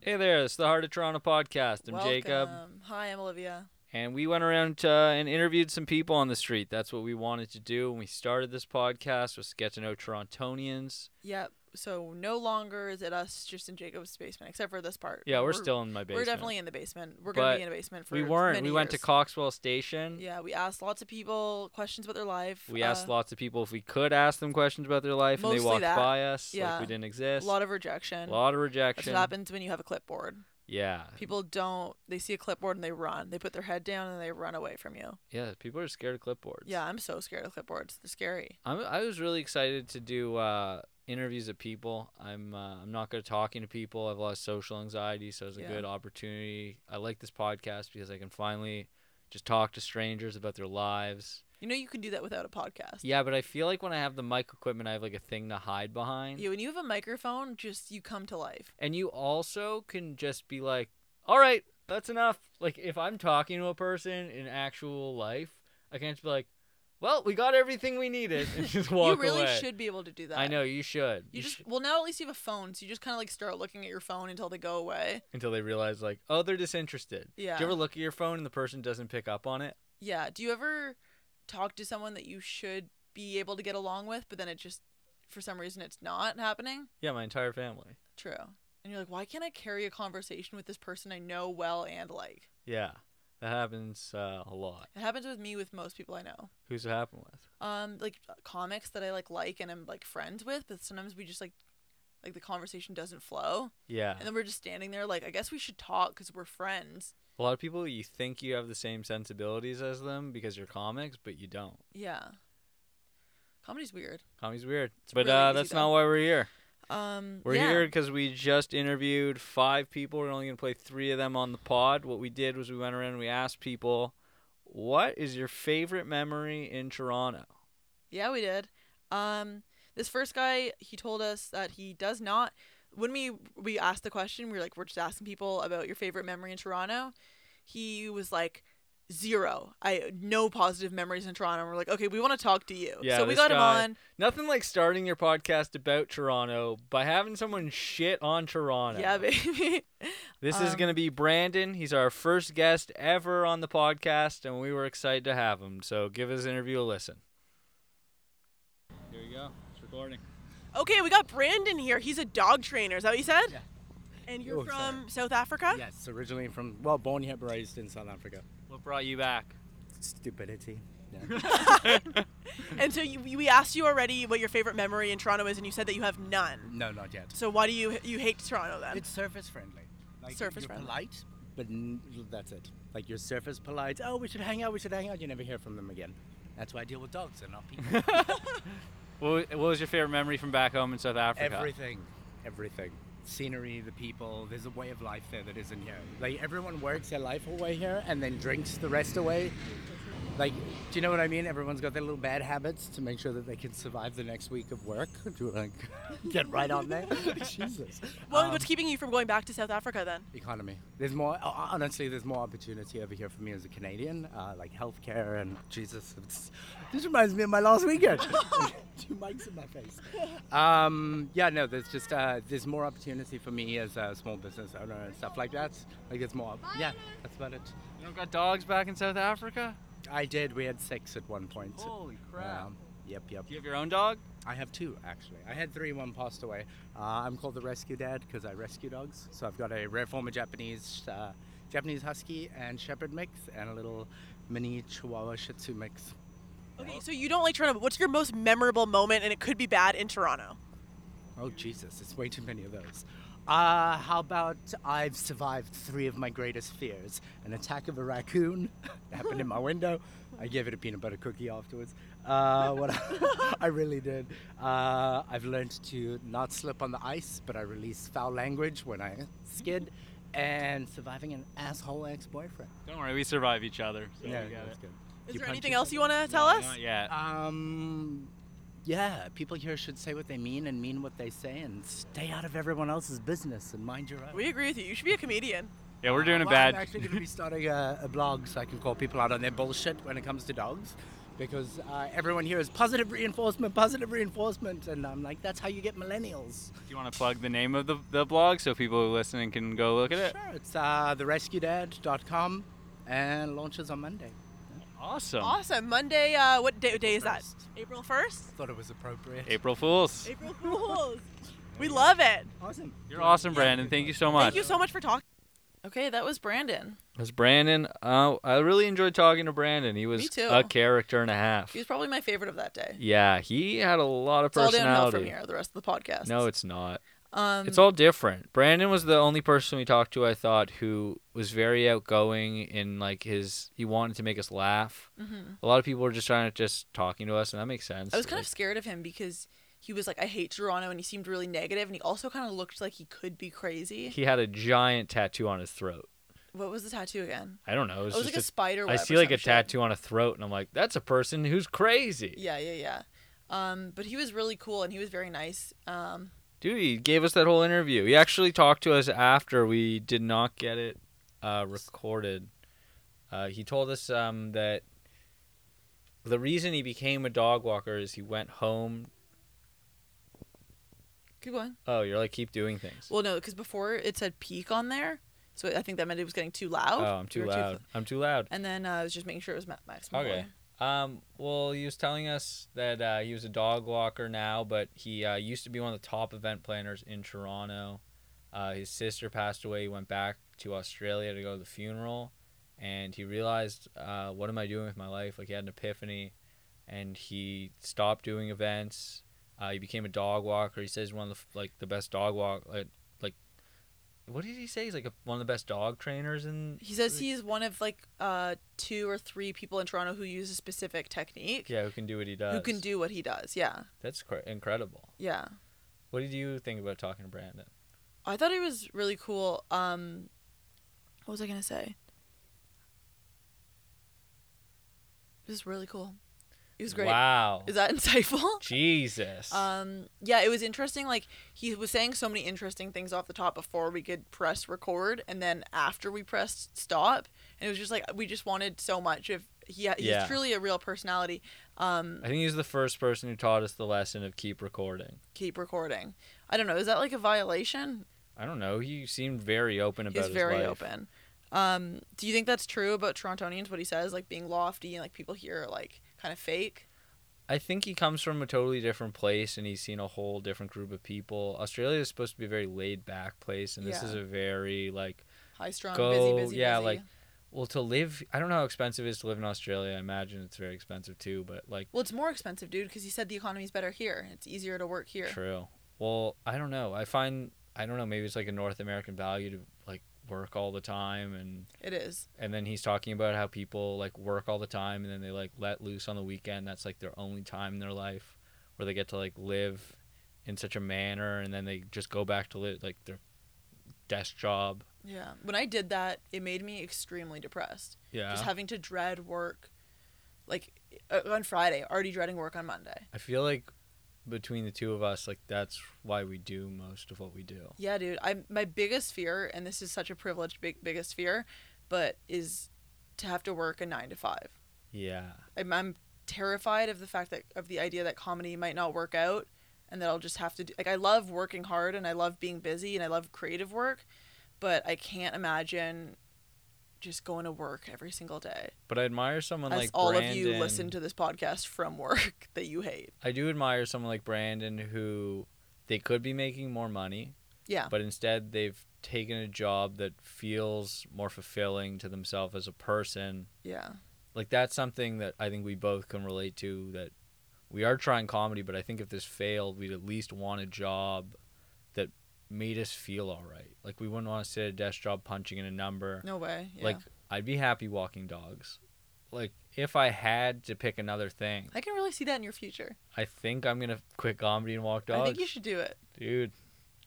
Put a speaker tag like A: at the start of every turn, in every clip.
A: Hey there, it's the Heart of Toronto podcast. I'm
B: Welcome.
A: Jacob,
B: Hi, I'm Olivia.
A: and we went around uh, and interviewed some people on the street. That's what we wanted to do when we started this podcast was to get to know Torontonians.
B: Yep. So no longer is it us just in Jacob's basement, except for this part.
A: Yeah, we're, still in my basement.
B: We're definitely in the basement. We're gonna
A: But
B: be in a basement for
A: We weren't.
B: many
A: we went to
B: years.
A: Coxwell Station.
B: Yeah, we asked lots of people questions about their life.
A: We asked
B: uh,
A: lots of people if we could ask them questions about their life, and they
B: mostly
A: walked
B: that.
A: by us like
B: Yeah.
A: we didn't exist.
B: a lot of rejection.
A: Lot of
B: That's
A: rejection.
B: what happens when you have a clipboard.
A: Yeah,
B: People don't. They see a clipboard and they run. They put their head down and they run away from you.
A: yeah. People are scared of clipboards.
B: Yeah, I'm so scared of clipboards. They're scary.
A: I'm, I was really excited to do uh, interviews of people. I'm uh, I'm not good at talking to people. I have a lot of social anxiety, so it's a
B: Yeah.
A: good opportunity. I like this podcast because I can finally just talk to strangers about their lives.
B: You know you can do that without a podcast.
A: Yeah, but I feel like when I have the mic equipment, I have like a thing to hide behind.
B: Yeah, when you have a microphone, just you come to life.
A: and you also can just be like, "All right, that's enough." Like if I'm talking to a person in actual life, I can't just be like, "Well, we got everything we needed," and just walk
B: you really
A: away.
B: should be able to do that.
A: I know you should.
B: You just
A: should-
B: well now at least you have a phone, so you just kind of like start looking at your phone until they go away.
A: until they realize like, oh, they're disinterested.
B: Yeah.
A: Do you ever look at your phone and the person doesn't pick up on it?
B: yeah. Do you ever talk to someone that you should be able to get along with, but then it just for some reason it's not happening?
A: Yeah, my entire family.
B: True. And you're like, why can't I carry a conversation with this person I know well and like?
A: Yeah, that happens uh, a lot.
B: It happens with me with most people I know.
A: Who's it happen with?
B: Um, like comics that I like like and I'm like friends with, but sometimes we just like like the conversation doesn't flow,
A: Yeah,
B: and then we're just standing there like I guess we should talk because we're friends.
A: a lot of people you think you have the same sensibilities as them because you're comics, but you don't.
B: Yeah. Comedy's weird.
A: Comedy's weird,
B: It's
A: but
B: really
A: uh,
B: easy,
A: that's
B: though.
A: not why we're here.
B: Um,
A: We're
B: yeah.
A: here because we just interviewed five people. We're only going to play three of them on the pod. What we did was we went around and we asked people, what is your favorite memory in Toronto?
B: Yeah, we did. Um, this first guy, he told us that he does not. When we we asked the question, we were like, we're just asking people about your favorite memory in Toronto. He was like, zero. I no positive memories in Toronto. We're like, okay, we want to talk to you.
A: Yeah,
B: so we
A: this
B: got
A: guy-
B: him
A: Nothing like starting your podcast about Toronto by having someone shit on
B: on.
A: Toronto.
B: Yeah, baby.
A: This is
B: um,
A: going to be Brandon. He's our first guest ever on the podcast, and we were excited to have him. So give his interview a listen. Here we go. It's recording.
B: okay, we got Brandon here. He's a dog trainer. Is that what you said?
C: Yeah.
B: And
C: you're Oh, from
B: South Africa.
C: Yes, originally from well, born here, but raised in South Africa.
A: What brought you back?
C: Stupidity.
B: And so you, we asked you already what your favorite memory in Toronto is, and you said that you have none.
C: No, not yet.
B: So why do you you hate Toronto then?
C: It's surface friendly. Like
B: Surface
C: you're
B: friendly.
C: polite, but n- that's it. Like you're surface polite. Oh, we should hang out. We should hang out. You never hear from them again. That's why I deal with dogs and not people.
A: What what was your favorite memory from back home in South Africa?
C: everything, everything. Scenery, the people. There's a way of life there that isn't here. Like everyone works their life away here and then drinks the rest away. Like, do you know what I mean? Everyone's got their little bad habits to make sure that they can survive the next week of work. To like get right on there. Jesus.
B: Well,
C: Um,
B: what's keeping you from going back to South Africa then?
C: economy. There's more. ho- Honestly, there's more opportunity over here for me as a Canadian, uh, like healthcare and Jesus. It's, this reminds me of my last weekend. Two mics in my face. Um, yeah, no, there's just uh, there's more opportunity for me as a small business owner and stuff like that. Like there's more. op- Yeah, that's about it.
A: You don't got dogs back in South Africa?
C: I did. We had six at one point.
A: Holy crap.
C: Um, yep, yep.
A: Do you have your own dog?
C: I have two actually. I had three. One passed away. Uh, I'm called the rescue dad because I rescue dogs. So I've got a rare form of Japanese uh, Japanese husky and shepherd mix, and a little mini Chihuahua Shih Tzu mix.
B: Okay, so you don't like Toronto. But what's your most memorable moment, and it could be bad in Toronto?
C: Oh Jesus, it's way too many of those. Uh, how about I've survived three of my greatest fears: an attack of a raccoon that happened in my window. I gave it a peanut butter cookie afterwards. Uh, what I, I really did. Uh, I've learned to not slip on the ice, but I release foul language when I skid, and surviving an asshole ex-boyfriend.
A: Don't worry, we survive each other. So we get
C: that's
A: it.
C: good.
B: Is
C: You
B: there
C: punch
B: anything
C: yourself?
B: else you want to tell
A: No,
B: us? Uh,
A: Not yet.
C: Um, yeah, people here should say what they mean and mean what they say and stay out of everyone else's business and mind your own.
B: We agree with you. You should be a comedian.
A: Yeah, we're doing a
C: well,
A: bad.
C: I'm actually going to be starting a, a blog so I can call people out on their bullshit when it comes to dogs because uh, everyone here is positive reinforcement, positive reinforcement, and I'm like, that's how you get millennials.
D: Do you want to plug the name of the, the blog so people who listening can go look at it?
C: Sure, it's uh, therescuedad.com and launches on Monday.
D: Awesome.
B: Awesome. Monday, uh, what day, day is that?
C: First.
B: April 1st?
C: Thought it was appropriate.
D: April Fools.
B: April Fools. we love it.
C: Awesome.
D: You're awesome, Brandon. Thank you so much.
B: Thank you so much for talking. Okay, that was Brandon.
A: That's Brandon. Uh, I really enjoyed talking to Brandon. He was
B: too.
A: a character and a half.
B: He was probably my favorite of that day.
A: Yeah, he had a lot of
B: It's all downhill
A: personality.
B: from here, the rest of the podcast.
A: No, it's not.
B: um,
A: It's all different. Brandon was the only person we talked to, I thought, who was very outgoing in like his. He wanted to make us laugh.
B: mhm.
A: A lot of people were just trying to just talking to us, and that makes sense.
B: I was kind of
A: Like,
B: scared of him because he was like, I hate Toronto, and he seemed really negative, and he also kind of looked like he could be crazy.
A: He had a giant tattoo on his throat.
B: What was the tattoo again?
A: I don't know. It was,
B: It was
A: just
B: like a spider
A: a-
B: web.
A: I
B: or
A: see like
B: some
A: a
B: shit.
A: tattoo on a throat, and I'm like, that's a person who's crazy.
B: Yeah, yeah, yeah. Um, but he was really cool and he was very nice. Um,
A: Dude, he gave us that whole interview. He actually talked to us after we did not get it uh, recorded. Uh, he told us um, that the reason he became a dog walker is he went home.
B: keep going.
A: Oh, you're like keep doing things.
B: Well, no, because before it said peak on there, so I think that meant it was getting too loud.
A: oh, I'm too
B: We were
A: loud. I'm too loud.
B: and then uh, I was just making sure it was ma- maximum.
A: Okay.
B: volume.
A: Um, well, he was telling us that uh, he was a dog walker now, but he uh, used to be one of the top event planners in Toronto. Uh, his sister passed away. He went back to Australia to go to the funeral, and he realized, uh, what am I doing with my life? Like he had an epiphany, and he stopped doing events. Uh, he became a dog walker. He says he's one of the f- like the best dog walk like, like what did he say? He's like a, one of the best dog trainers in.
B: He says he's one of like uh, two or three people in Toronto who use a specific technique
A: yeah, who can do what he does.
B: who can do what he does. Yeah,
A: That's cr- incredible.
B: yeah.
A: What did you think about talking to Brandon?
B: I thought it was really cool. Um, what was I gonna say? It was really cool. It was great.
A: Wow.
B: Is that insightful?
A: Jesus.
B: Um, yeah, it was interesting. Like he was saying so many interesting things off the top before we could press record, and then after we pressed stop, and it was just like we just wanted so much. If he he's
A: Yeah.
B: truly a real personality, um,
A: I think he's the first person who taught us the lesson of keep recording.
B: keep recording. I don't know. Is that like a violation?
A: I don't know. He seemed very open about
B: He's
A: his
B: very
A: life.
B: open. Um, do you think that's true about Torontonians? What he says, like being lofty and like people here are like kind of fake.
A: I think he comes from a totally different place and he's seen a whole different group of people. Australia is supposed to be a very laid back place and this
B: Yeah.
A: is a very like
B: High strung,
A: Go-
B: busy, busy,
A: yeah,
B: busy.
A: like- well to live I don't know how expensive it is to live in Australia. I imagine it's very expensive too, but like
B: well, it's more expensive, dude, because he said the economy's better here. It's easier to work here.
A: True. Well, I don't know. I find I don't know. Maybe it's like a North American value to like work all the time, and
B: It is.
A: and then he's talking about how people like work all the time, and then they like let loose on the weekend. That's like their only time in their life where they get to like live in such a manner, and then they just go back to live like their desk job.
B: Yeah. When I did that, it made me extremely depressed.
A: Yeah.
B: Just having to dread work, like uh, on Friday, already dreading work on Monday.
A: I feel like between the two of us, like that's why we do most of what we do.
B: Yeah, dude. I my biggest fear, and this is such a privileged big biggest fear, but is to have to work a nine to five.
A: Yeah.
B: I'm, I'm terrified of the fact that of the idea that comedy might not work out, and that I'll just have to do, like I love working hard and I love being busy and I love creative work, but I can't imagine just going to work every single day.
A: But I admire someone
B: as
A: like
B: all
A: Brandon.
B: of you listen to this podcast from work that you hate.
A: I do admire someone like Brandon who they could be making more money,
B: Yeah.
A: but instead they've taken a job that feels more fulfilling to themselves as a person.
B: Yeah.
A: Like that's something that I think we both can relate to that we are trying comedy, but I think if this failed, we'd at least want a job that made us feel all right. Like we wouldn't want to sit at a desk job punching in a number.
B: No way. Yeah.
A: Like I'd be happy walking dogs. Like if I had to pick another thing,
B: I can really see that in your future.
A: I think I'm gonna quit comedy and walk dogs.
B: I think you should do it.
A: Dude.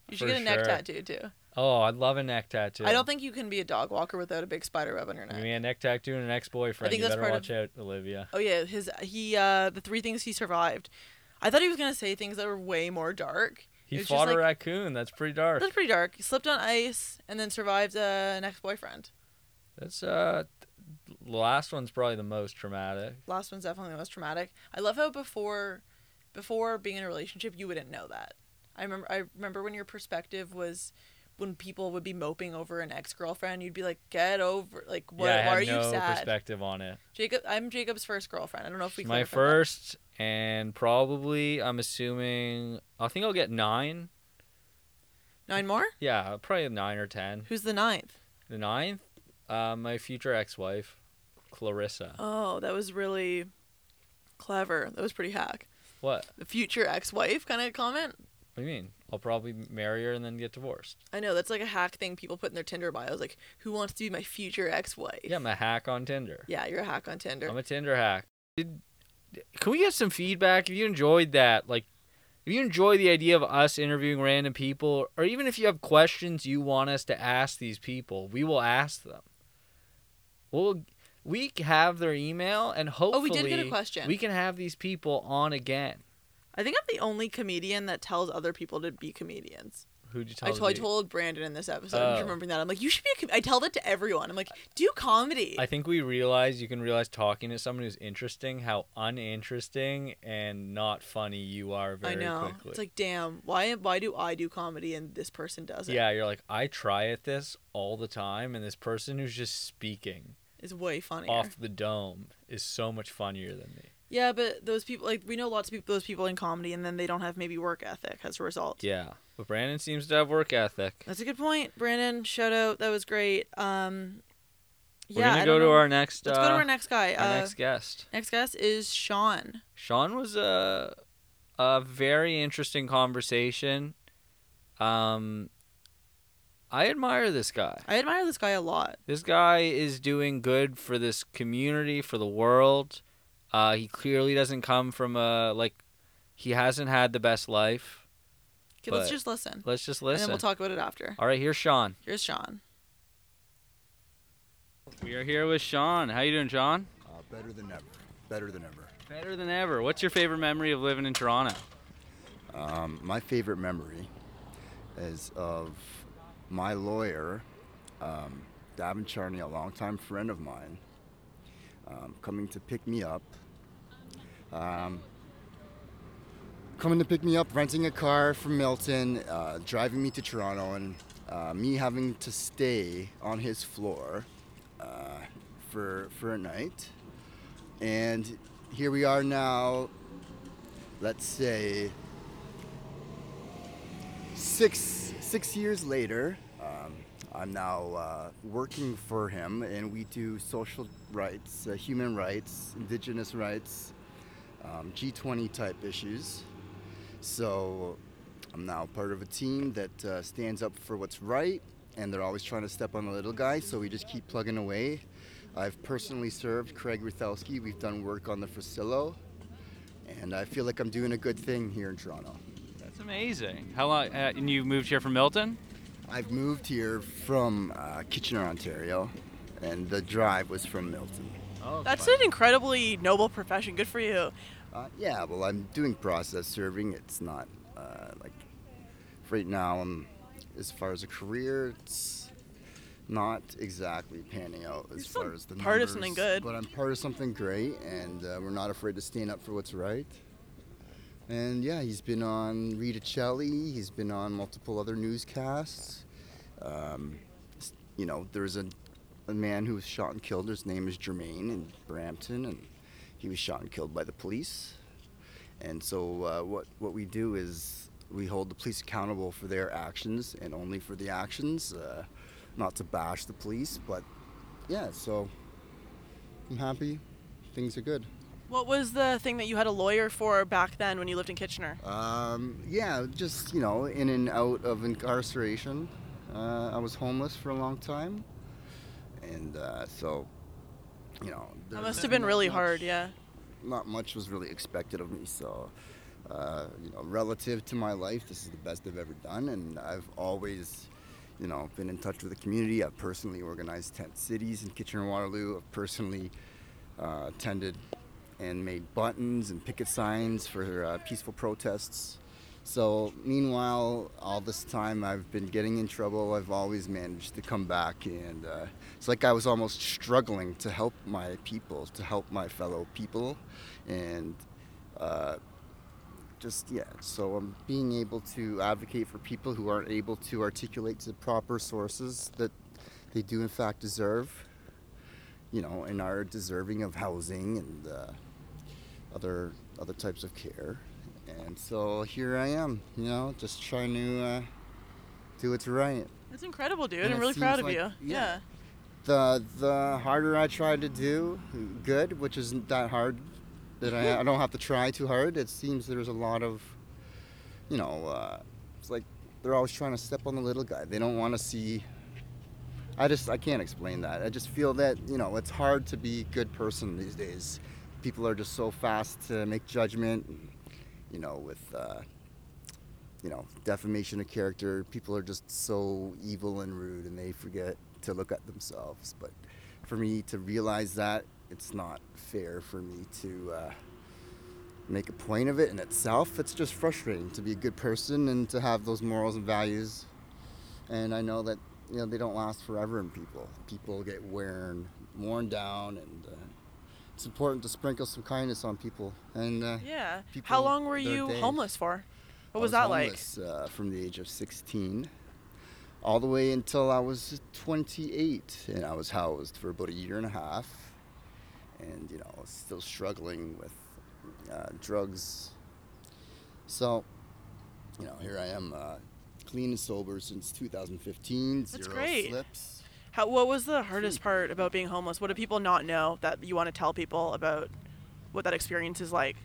B: You should
A: For
B: get a neck
A: sure.
B: tattoo too.
A: Oh, I'd love a neck tattoo.
B: I don't think you can be a dog walker without a big spider web on your
A: you
B: neck.
A: mean a neck tattoo and an ex boyfriend.
B: I think
A: You
B: that's
A: better
B: part
A: watch out, Olivia.
B: Oh yeah, his he uh the three things he survived. I thought he was gonna say things that were way more dark.
A: He
B: It's just
A: fought a
B: like-
A: raccoon. That's pretty dark.
B: That's pretty dark. He slipped on ice and then survived uh, an ex-boyfriend.
A: That's uh, th- the last one's probably the most traumatic.
B: Last one's definitely the most traumatic. I love how before before being in a relationship you wouldn't know that. I remember I remember when your perspective was when people would be moping over an ex girlfriend, you'd be like, Get over like what
A: yeah, I had
B: why are
A: no
B: you sad?
A: perspective on it.
B: Jacob I'm Jacob's first girlfriend. I don't know if we
A: my
B: clarified that.
A: first and probably I'm assuming I think I'll get nine.
B: nine more?
A: Yeah, probably nine or ten.
B: Who's the ninth?
A: The ninth, uh, my future ex-wife, Clarissa.
B: Oh, that was really clever. That was pretty hack.
A: What?
B: The future ex wife kind of comment.
A: What do you mean? I'll probably marry her and then get divorced.
B: I know that's like a hack thing people put in their Tinder bios. Like, who wants to be my future ex-wife?
A: Yeah, I'm a hack on Tinder.
B: Yeah, you're a hack on Tinder.
A: I'm a Tinder hack. Did, can we get some feedback if you enjoyed that? Like, if you enjoy the idea of us interviewing random people, or even if you have questions you want us to ask these people, we will ask them. We'll we have their email and hopefully
B: Oh, we did get a question.
A: we can have these people on again.
B: I think I'm the only comedian that tells other people to be comedians.
A: Who'd you
B: I
A: tell?
B: told, I
A: the-
B: told Brandon in this episode. I'm just
A: Oh.
B: remembering that. I'm like, you should be. A com-. I tell that to everyone. I'm like, do comedy.
A: I think we realize you can realize talking to someone who's interesting how uninteresting and not funny you are
B: I
A: very
B: know.
A: quickly.
B: It's like, damn, why why do I do comedy and this person doesn't?
A: Yeah, you're like, I try at this all the time, and this person who's just speaking
B: it's way funnier.
A: off the dome is so much funnier than me.
B: Yeah, but those people, like, we know lots of people, those people in comedy, and then they don't have maybe work ethic as a result.
A: Yeah, but Brandon seems to have work ethic.
B: That's a good point, Brandon. Shout out. That was great. Um,
A: We're
B: yeah, I
A: gonna go
B: don't
A: to
B: know.
A: our next.
B: Let's
A: uh,
B: go to our next guy.
A: our
B: uh,
A: next guest.
B: next guest is Sean.
A: Sean was a a very interesting conversation. Um, I admire this guy.
B: I admire this guy a lot.
A: This guy is doing good for this community, for the world. Uh, he clearly doesn't come from a like. He hasn't had the best life.
B: Okay, let's
A: But-
B: just listen,
A: Let's just
B: and
A: listen.
B: then we'll talk about it after.
A: All right, here's Sean.
B: Here's Sean.
E: We are here with Sean. How you doing, Sean?
F: Uh, better than ever. Better than ever.
E: Better than ever. What's your favorite memory of living in Toronto?
F: Um, my favorite memory is of my lawyer, um, Davin Charney, a longtime friend of mine, um, coming to pick me up. Um, coming to pick me up, renting a car from Milton, uh, driving me to Toronto, and uh, me having to stay on his floor uh, for, for a night. And here we are now, let's say six six years later, um, I'm now uh, working for him, and we do social rights, uh, human rights, indigenous rights, um, G20 type issues. So I'm now part of a team that uh, stands up for what's right, and they're always trying to step on the little guy. So we just keep plugging away. I've personally served Craig Ruthelski. We've done work on the Frasillo, and I feel like I'm doing a good thing here in Toronto.
E: That's amazing. How long? Uh, and you moved here from Milton?
F: I've moved here from uh, Kitchener, Ontario, and the drive was from Milton.
E: Oh,
B: That's an incredibly noble profession. Good for you.
F: Uh, yeah, well, I'm doing process serving. It's not uh, like right now. I'm as far as a career, it's not exactly panning out as
B: still
F: far as the
B: part of
F: numbers,
B: something good.
F: But I'm part of something great, and uh, we're not afraid to stand up for what's right. And yeah, he's been on Rita Celli. He's been on multiple other newscasts. Um, s- you know, there's a, a man who was shot and killed. His name is Jermaine in Brampton, and he was shot and killed by the police. And so, uh, what what we do is we hold the police accountable for their actions and only for the actions. Uh, not to bash the police, but yeah. So I'm happy. Things are good.
B: What was the thing that you had a lawyer for back then when you lived in Kitchener?
F: Um, yeah, just you know, in and out of incarceration. Uh, I was homeless for a long time, and uh, so you know, there
B: That
F: was
B: must have been
F: not
B: really
F: much-
B: hard. Yeah.
F: Not much was really expected of me, so. Uh, you know, relative to my life, this is the best I've ever done, and I've always, you know, been in touch with the community. I've personally organized tent cities in Kitchener Waterloo. I've personally uh, attended and made buttons and picket signs for uh, peaceful protests So, meanwhile, all this time I've been getting in trouble. I've always managed to come back, and uh, it's like I was almost struggling to help my people, to help my fellow people, and uh, just yeah. So, I'm being able to advocate for people who aren't able to articulate to proper sources that they do in fact deserve, you know, and are deserving of housing and. Uh, other other types of care. And so here I am, you know, just trying to uh, do what's right.
B: That's incredible, dude.
F: And
B: I'm
F: it
B: really proud of
F: seems
B: you.
F: like-
B: Yeah.
F: yeah. The the harder I try to do good, which isn't that hard, that I, I don't have to try too hard. It seems there's a lot of, you know, uh, it's like they're always trying to step on the little guy. They don't want to see. I just I can't explain that. I just feel that you know it's hard to be a good person these days. People are just so fast to make judgment. And, you know, with uh, you know defamation of character, people are just so evil and rude, and they forget to look at themselves. But for me to realize that, it's not fair for me to. Uh, make a point of it in itself. It's just frustrating to be a good person and to have those morals and values. And I know that you know they don't last forever in people. People get worn worn down, and uh, it's important to sprinkle some kindness on people. And uh,
B: Yeah. How
F: people
B: long were
F: their
B: you
F: days.
B: homeless for? What
F: I
B: was, that
F: homeless, Uh, from the age of 16 all the way until I was 28, and I was housed for about a year and a half. And, you know, I was still struggling with uh, drugs. So, you know, here I am, uh, clean and sober since 2015,
B: That's
F: zero
B: great.
F: slips.
B: like? How what was the hardest part about being homeless? What do people not know that you want to tell people about what that experience is like?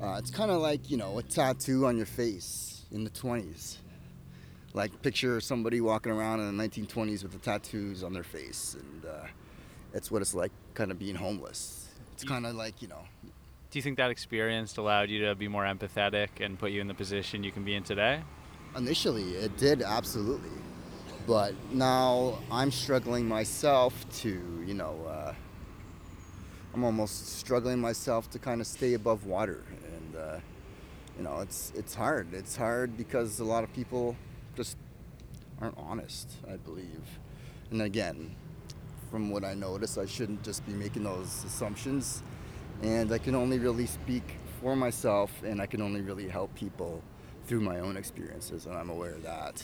F: Uh, it's kind of like, you know, a tattoo on your face in the 20s. Like, picture somebody walking around in the 1920s with the tattoos on their face. And uh, that's what it's like kind of being homeless. It's
A: You-
F: kind of like, you know,
A: Do you think that experience allowed you to be more empathetic and put you in the position you can be in today?
F: initially it did, absolutely. But now I'm struggling myself to, you know, uh, I'm almost struggling myself to kind of stay above water, and uh, you know, it's it's hard. It's hard because a lot of people just aren't honest, I believe. And again, from what I notice, I shouldn't just be making those assumptions, and I can only really speak for myself, and I can only really help people through my own experiences, and I'm aware of that.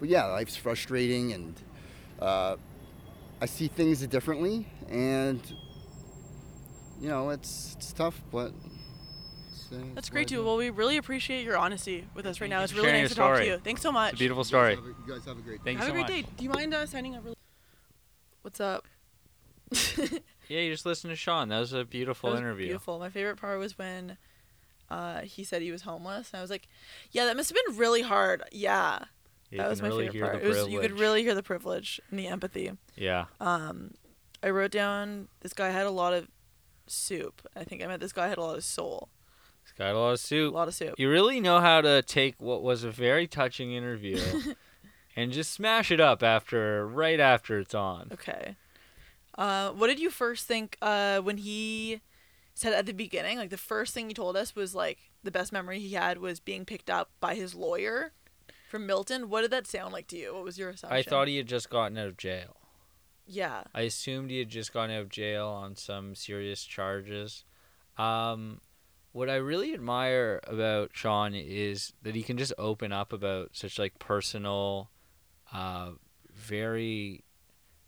F: But yeah, life's frustrating, and uh, I see things differently, and you know, it's it's tough, but it's, uh,
B: That's
F: it's
B: great,
F: what I
B: dude. Well, we really appreciate your honesty with us right now. It's
A: for
B: really
A: sharing
B: nice to
A: your
B: talk to
A: story.
B: you. Thanks so much.
A: It's a beautiful
F: do. You
A: story.
F: guys have a- You guys have a great
A: Thank
B: Have
A: you
B: a
A: so
B: great
A: much.
B: day. Do you mind uh, signing up? Really- What's up?
A: Yeah, you just listen to Sean. That was a beautiful
B: That was
A: interview.
B: Beautiful. My favorite part was when uh, he said he was homeless, and I was like, "Yeah, that must have been really hard." Yeah,
A: You
B: that
A: can
B: was my
A: really hear
B: favorite part.
A: the
B: It was, you could
A: privilege.
B: really hear the privilege and the empathy.
A: Yeah.
B: Um, I wrote down this guy had a lot of soup. I think I meant this guy had a lot of soul,
A: It's got a lot of
B: a
A: soup.
B: lot of soup.
A: You really know how to take what was a very touching interview and just smash it up after right after it's on.
B: Okay. Uh, what did you first think uh, when he said at the beginning? Like the first thing he told us was like the best memory he had was being picked up by his lawyer from Milton. What did that sound like to you? What was your assumption?
A: I thought he had just gotten out of jail.
B: Yeah.
A: I assumed he had just gotten out of jail on some serious charges. Um, what I really admire about Sean is that he can just open up about such like personal, uh, very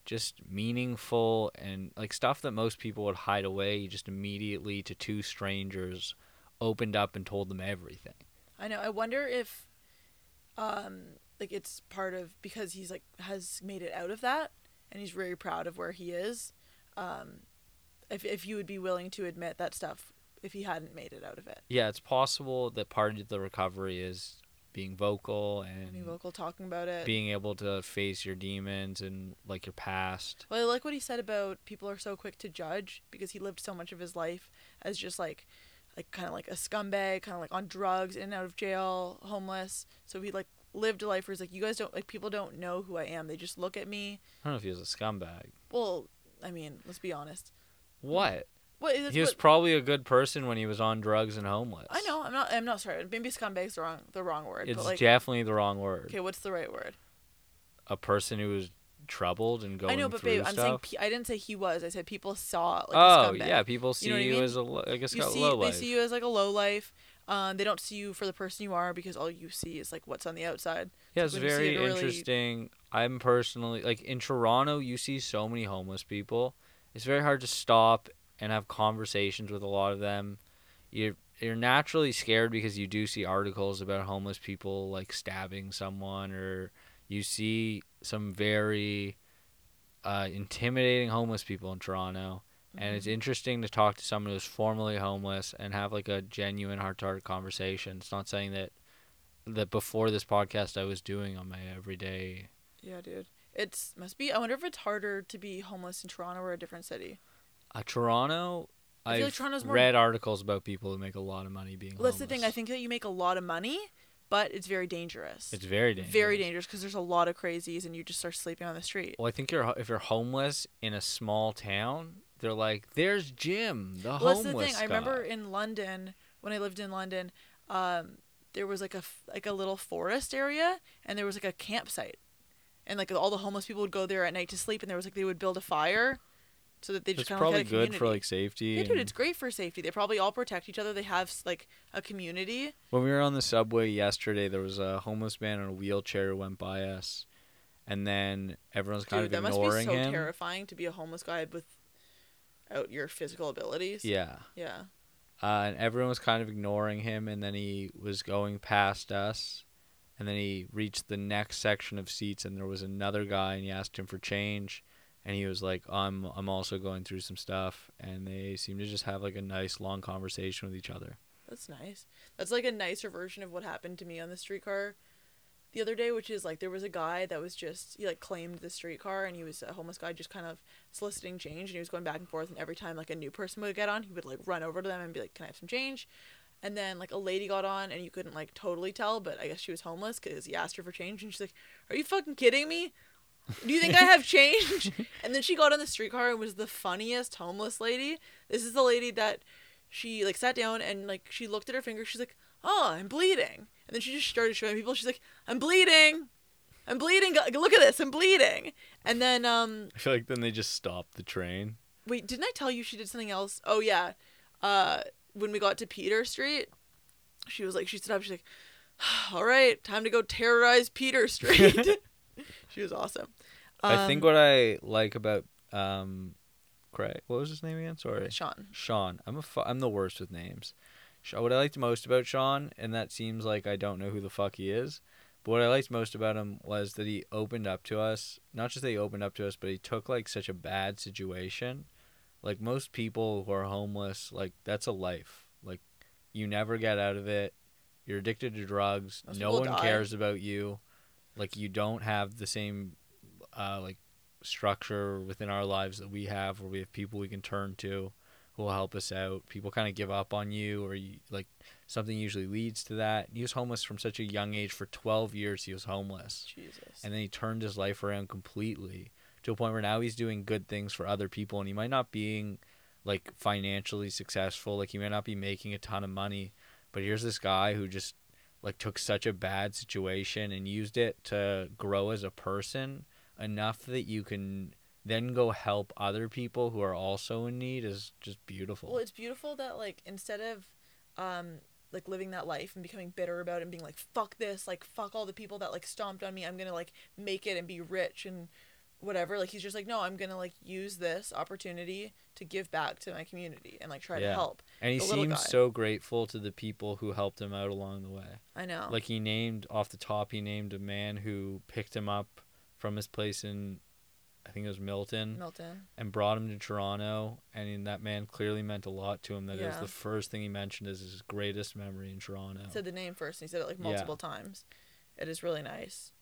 A: just meaningful and like stuff that most people would hide away. He just immediately to two strangers opened up and told them everything.
B: I know. I wonder if, um, like it's part of because he's like has made it out of that, and he's very proud of where he is. Um, if if you would be willing to admit that stuff if he hadn't made it out of it,
A: Yeah, it's possible that part of the recovery is being vocal and
B: being vocal, talking about it.
A: being able to face your demons and like your past.
B: well, I like what he said about people are so quick to judge because he lived so much of his life as just like, like kind of like a scumbag, kind of like on drugs, in and out of jail, homeless. So he like lived a life where he's like, you guys don't like people don't know who I am. They just look at me.
A: I don't know if he was a scumbag.
B: Well, I mean, let's be honest.
A: What?
B: What is
A: He was
B: what-
A: probably a good person when he was on drugs and homeless.
B: I know. I'm not. I'm not sorry. Maybe scumbag's the wrong the wrong word.
A: It's
B: but like,
A: definitely the wrong word.
B: okay, what's the right word?
A: A person who was troubled and going
B: I know, but
A: through
B: babe, I'm
A: stuff.
B: saying pe- I didn't say he was. I said people saw like
A: oh
B: a scumbag.
A: yeah, people see
B: You know what I
A: you,
B: mean?
A: as a lo- like a
B: You
A: scu-
B: see,
A: low
B: they
A: life.
B: see you as like a low life. Um, they don't see you for the person you are because all you see is like what's on the outside.
A: yeah,
B: like
A: it's
B: when you see
A: very
B: it really-
A: interesting. I'm personally like in Toronto, you see so many homeless people. It's very hard to stop and have conversations with a lot of them. You're you're naturally scared because you do see articles about homeless people like stabbing someone or you see some very uh, intimidating homeless people in Toronto. And
B: Mm-hmm.
A: it's interesting to talk to someone who's formerly homeless and have like a genuine heart to heart conversation. It's not saying that that before this podcast I was doing on my everyday.
B: Yeah, dude. It's must be. I wonder if it's harder to be homeless in Toronto or a different city.
A: Uh, Toronto,
B: I feel like
A: I've
B: Toronto's more-
A: read articles about people who make a lot of money being
B: Well, that's the thing. I
A: homeless.
B: think that you make a lot of money, but it's very dangerous.
A: it's very dangerous.
B: very dangerous because there's a lot of crazies and you just start sleeping on the street.
A: Well, I think you're ho- if you're homeless in a small town, they're like, "There's Jim, the
B: well, that's
A: homeless
B: the thing. I remember
A: guy."
B: in London when I lived in London, um, there was like a f- like a little forest area, and there was like a campsite, and like all the homeless people would go there at night to sleep, and there was like they would build a fire, so that they
A: it's
B: just kind of
A: probably
B: like had a
A: good
B: community.
A: for like safety.
B: yeah, dude,
A: and-
B: it's great for safety. They probably all protect each other. They have s- like a community.
A: When we were on the subway yesterday, there was a homeless man in a wheelchair who went by us, and then everyone's kind
B: Dude, that
A: of
B: must
A: ignoring
B: be so
A: him.
B: terrifying to be a homeless guy without your physical abilities.
A: Yeah,
B: Yeah.
A: uh, and everyone was kind of ignoring him, and then he was going past us, and then he reached the next section of seats, and there was another guy, and he asked him for change, and he was like, "I'm I'm also going through some stuff," and they seemed to just have like a nice long conversation with each other.
B: That's nice. That's like a nicer version of what happened to me on the streetcar the other day, which is like there was a guy that was just he like claimed the streetcar and he was a homeless guy just kind of soliciting change and he was going back and forth and every time like a new person would get on, he would like run over to them and be like, "Can I have some change?" And then like a lady got on and you couldn't like totally tell, but I guess she was homeless because he asked her for change and she's like, "Are you fucking kidding me?" Do you think I have change? and then she got on the streetcar and was the funniest homeless lady. This is the lady that she like sat down and like she looked at her finger. She's like, "Oh, I'm bleeding." And then she just started showing people. She's like, "I'm bleeding, I'm bleeding. Gu- Look at this, I'm bleeding." And then um,
A: I feel like then they just stopped the train.
B: wait, didn't I tell you she did something else? Oh yeah, uh, when we got to Peter Street, she was like, she stood up. She's like, "All right, time to go terrorize Peter Street." she was awesome.
A: I think
B: Um,
A: what I like about um, Craig, what was his name again? Sorry,
B: Sean.
A: Sean. I'm a fu- I'm the worst with names. Sh- What I liked most about Sean, and that seems like I don't know who the fuck he is, but what I liked most about him was that he opened up to us. Not just that he opened up to us, but he took like such a bad situation. Like most people who are homeless, like that's a life. Like you never get out of it. You're addicted to drugs.
B: Most
A: no
B: people
A: one
B: die.
A: cares about you. Like you don't have the same uh, like structure within our lives that we have, where we have people we can turn to who will help us out. People kind of give up on you, or you, like something usually leads to that. He was homeless from such a young age. For 12 years, he was homeless.
B: Jesus.
A: And then he turned his life around completely to a point where now he's doing good things for other people. And he might not being like financially successful, like he might not be making a ton of money, but here's this guy who just like took such a bad situation and used it to grow as a person enough that you can then go help other people who are also in need is just beautiful.
B: Well, it's beautiful that like instead of um like living that life and becoming bitter about it and being like fuck this, like fuck all the people that like stomped on me. I'm going to like make it and be rich and whatever. Like he's just like no, I'm going to like use this opportunity to give back to my community and like try to
A: Yeah.
B: help.
A: and he
B: the little
A: seems
B: guy.
A: so grateful to the people who helped him out along the way.
B: I know.
A: Like he named off the top, he named a man who picked him up from his place in, I think it was Milton,
B: Milton.
A: and brought him to Toronto. And in- that man clearly meant a lot to him. That it was
B: Yeah.
A: the first thing he mentioned as his greatest memory in Toronto.
B: said the name first and he said it like
A: Yeah.
B: multiple times. It is really nice.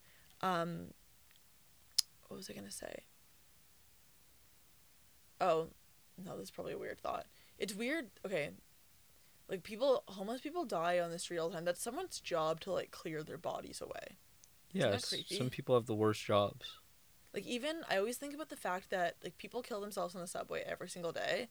B: Um what was I gonna say? Oh, no, that's probably a weird thought. It's weird okay. Like people homeless people die on the street all the time. That's someone's job to like clear their bodies away. isn't that
A: yes,
B: creepy?
A: some people have the worst jobs.
B: Like even I always think about the fact that like people kill themselves on the subway every single day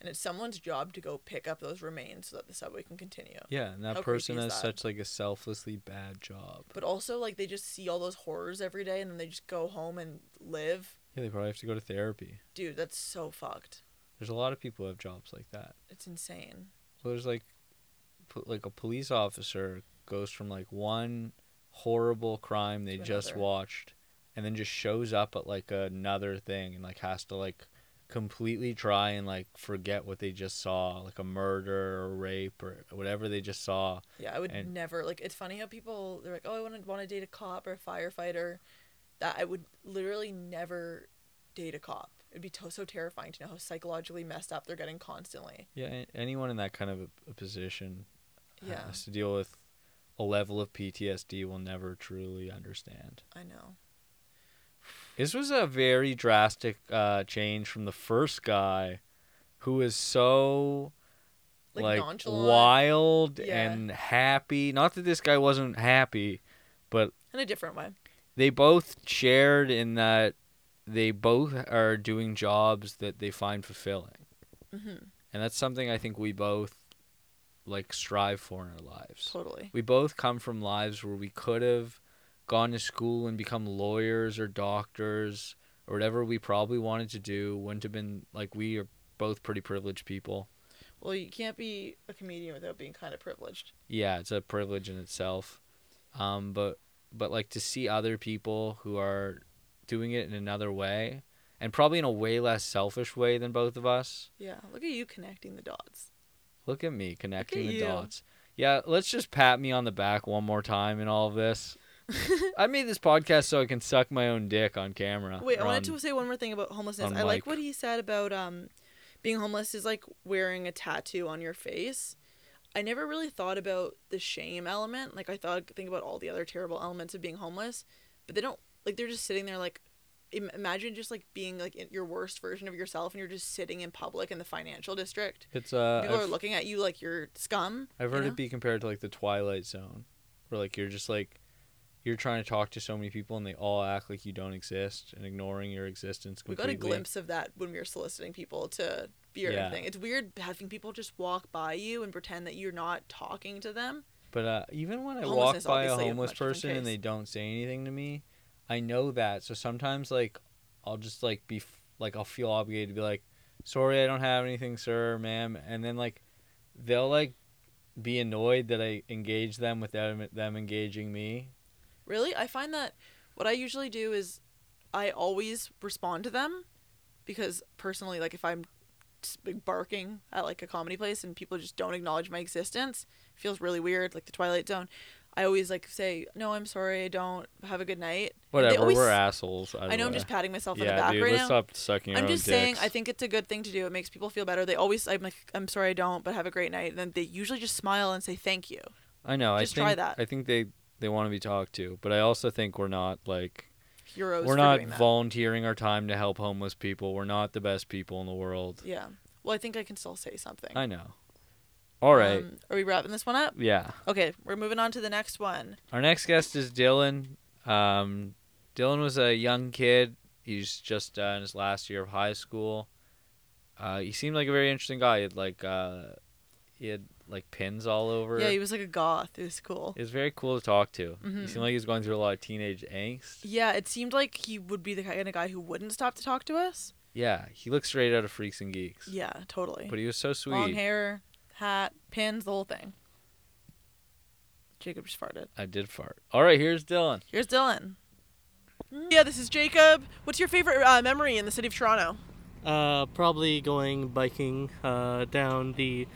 B: and it's someone's job to go pick up those remains so that the subway can continue.
A: Yeah, and that
B: How creepy
A: person
B: is
A: has
B: that?
A: such like a selflessly bad job.
B: But also, like, they just see all those horrors every day and then they just go home and live.
A: Yeah, they probably have to go to therapy.
B: Dude, that's so fucked.
A: There's a lot of people who have jobs like that.
B: It's insane.
A: Well, there's like, po- like a police officer goes from like one horrible crime they
B: To
A: just
B: another.
A: watched, and then just shows up at like another thing and like has to like completely try and like forget what they just saw, like a murder or rape or whatever they just saw.
B: Yeah, I would
A: And-
B: never like. It's funny how people they're like, "Oh, I want to want to date a cop or a firefighter." That I would literally never date a cop. It'd be to- so terrifying to know how psychologically messed up they're getting constantly.
A: Yeah, a- anyone in that kind of a, a position
B: Yeah,
A: has to deal with a level of PTSD we'll never truly understand.
B: I know.
A: This was a very drastic uh, change from the first guy, who was so
B: Like,
A: like,
B: nonchalant
A: wild
B: Yeah.
A: and happy. Not that this guy wasn't happy.
B: in a different way.
A: They both shared in that they both are doing jobs that they find fulfilling,
B: hmm
A: and that's something I think we both like strive for in our lives.
B: Totally.
A: We both come from lives where we could have gone to school and become lawyers or doctors or whatever we probably wanted to do. Wouldn't have been like we are both pretty privileged people.
B: Well, you can't be a comedian without being kind of privileged.
A: Yeah, it's a privilege in itself. Um, but but like to see other people who are doing it in another way and probably in a way less selfish way than both of us.
B: Yeah, look at you connecting the dots.
A: Look at me connecting
B: at
A: the
B: you.
A: dots. Yeah, let's just pat me on the back one more time in all of this. I made this podcast so I can suck my own dick on camera.
B: Wait, I
A: or
B: wanted
A: on-
B: to say one more thing about homelessness.
A: on
B: I like
A: mic.
B: what he said about um being homeless is like wearing a tattoo on your face. I never really thought about the shame element. Like I thought think about all the other terrible elements of being homeless, but they don't like they're just sitting there like Im- imagine just like being like in- your worst version of yourself and you're just sitting in public in the financial district.
A: It's uh,
B: People are
A: I've,
B: looking at you like you're scum.
A: I've
B: you
A: heard
B: know?
A: it be compared to like the Twilight Zone, where like you're just like, you're trying to talk to so many people and they all act like you don't exist and ignoring your existence
B: We got
A: completely.
B: a glimpse of that when we were soliciting people to be or
A: Yeah.
B: anything. It's weird having people just walk by you and pretend that you're not talking to them.
A: But uh, even when I walk
B: Homelessness,
A: by a
B: obviously, a
A: homeless
B: much different
A: person and
B: case.
A: they don't say anything to me, I know that. So sometimes like, I'll just like be f- like I'll feel obligated to be like, sorry, I don't have anything, sir, ma'am, and then like, they'll like, be annoyed that I engage them without them engaging me.
B: Really? I find that what I usually do is I always respond to them because personally, like if I'm just, like, barking at like a comedy place and people just don't acknowledge my existence, it feels really weird, like the Twilight Zone. I always like say, no, I'm sorry, I don't. Have a good night. And they
A: Whatever,
B: always-
A: we're assholes.
B: I know I'm just patting myself on the back
A: dude,
B: right
A: let's
B: now.
A: stop sucking our
B: I'm
A: own
B: just saying,
A: dicks.
B: I think it's a good thing to do. It makes people feel better. They always, I'm like, I'm sorry, I don't, but have a great night. And then they usually just smile and say thank you.
A: I know. I
B: just
A: think,
B: try that.
A: I think they they want to be talked to, but I also think we're not like
B: Heroes.
A: we're
B: for
A: not
B: doing that.
A: volunteering our time to help homeless people. We're not the best people in the world.
B: Yeah. Well, I think I can still say something.
A: I know. All right.
B: Um, are we wrapping this one up?
A: yeah.
B: Okay, we're moving on to the next one.
A: Our next guest is Dylan. Um, Dylan was a young kid. He's just uh, in his last year of high school. Uh, he seemed like a very interesting guy. He had like uh, he had like pins all over.
B: Yeah, he was like a goth. It was cool.
A: It was very cool to talk to. He
B: Mhm.
A: seemed like he was going through a lot of teenage angst.
B: Yeah, it seemed like he would be the kind of guy who wouldn't stop to talk to us.
A: Yeah, he looked straight out of Freaks and Geeks.
B: Yeah, totally.
A: But he was so sweet.
B: Long hair, hat, pins, the whole thing. Jacob just farted.
A: I did fart. All right, here's Dylan.
B: Here's Dylan. Mm, Yeah, this is Jacob. What's your favorite uh, memory in the city of Toronto?
G: Uh, probably going biking uh, down the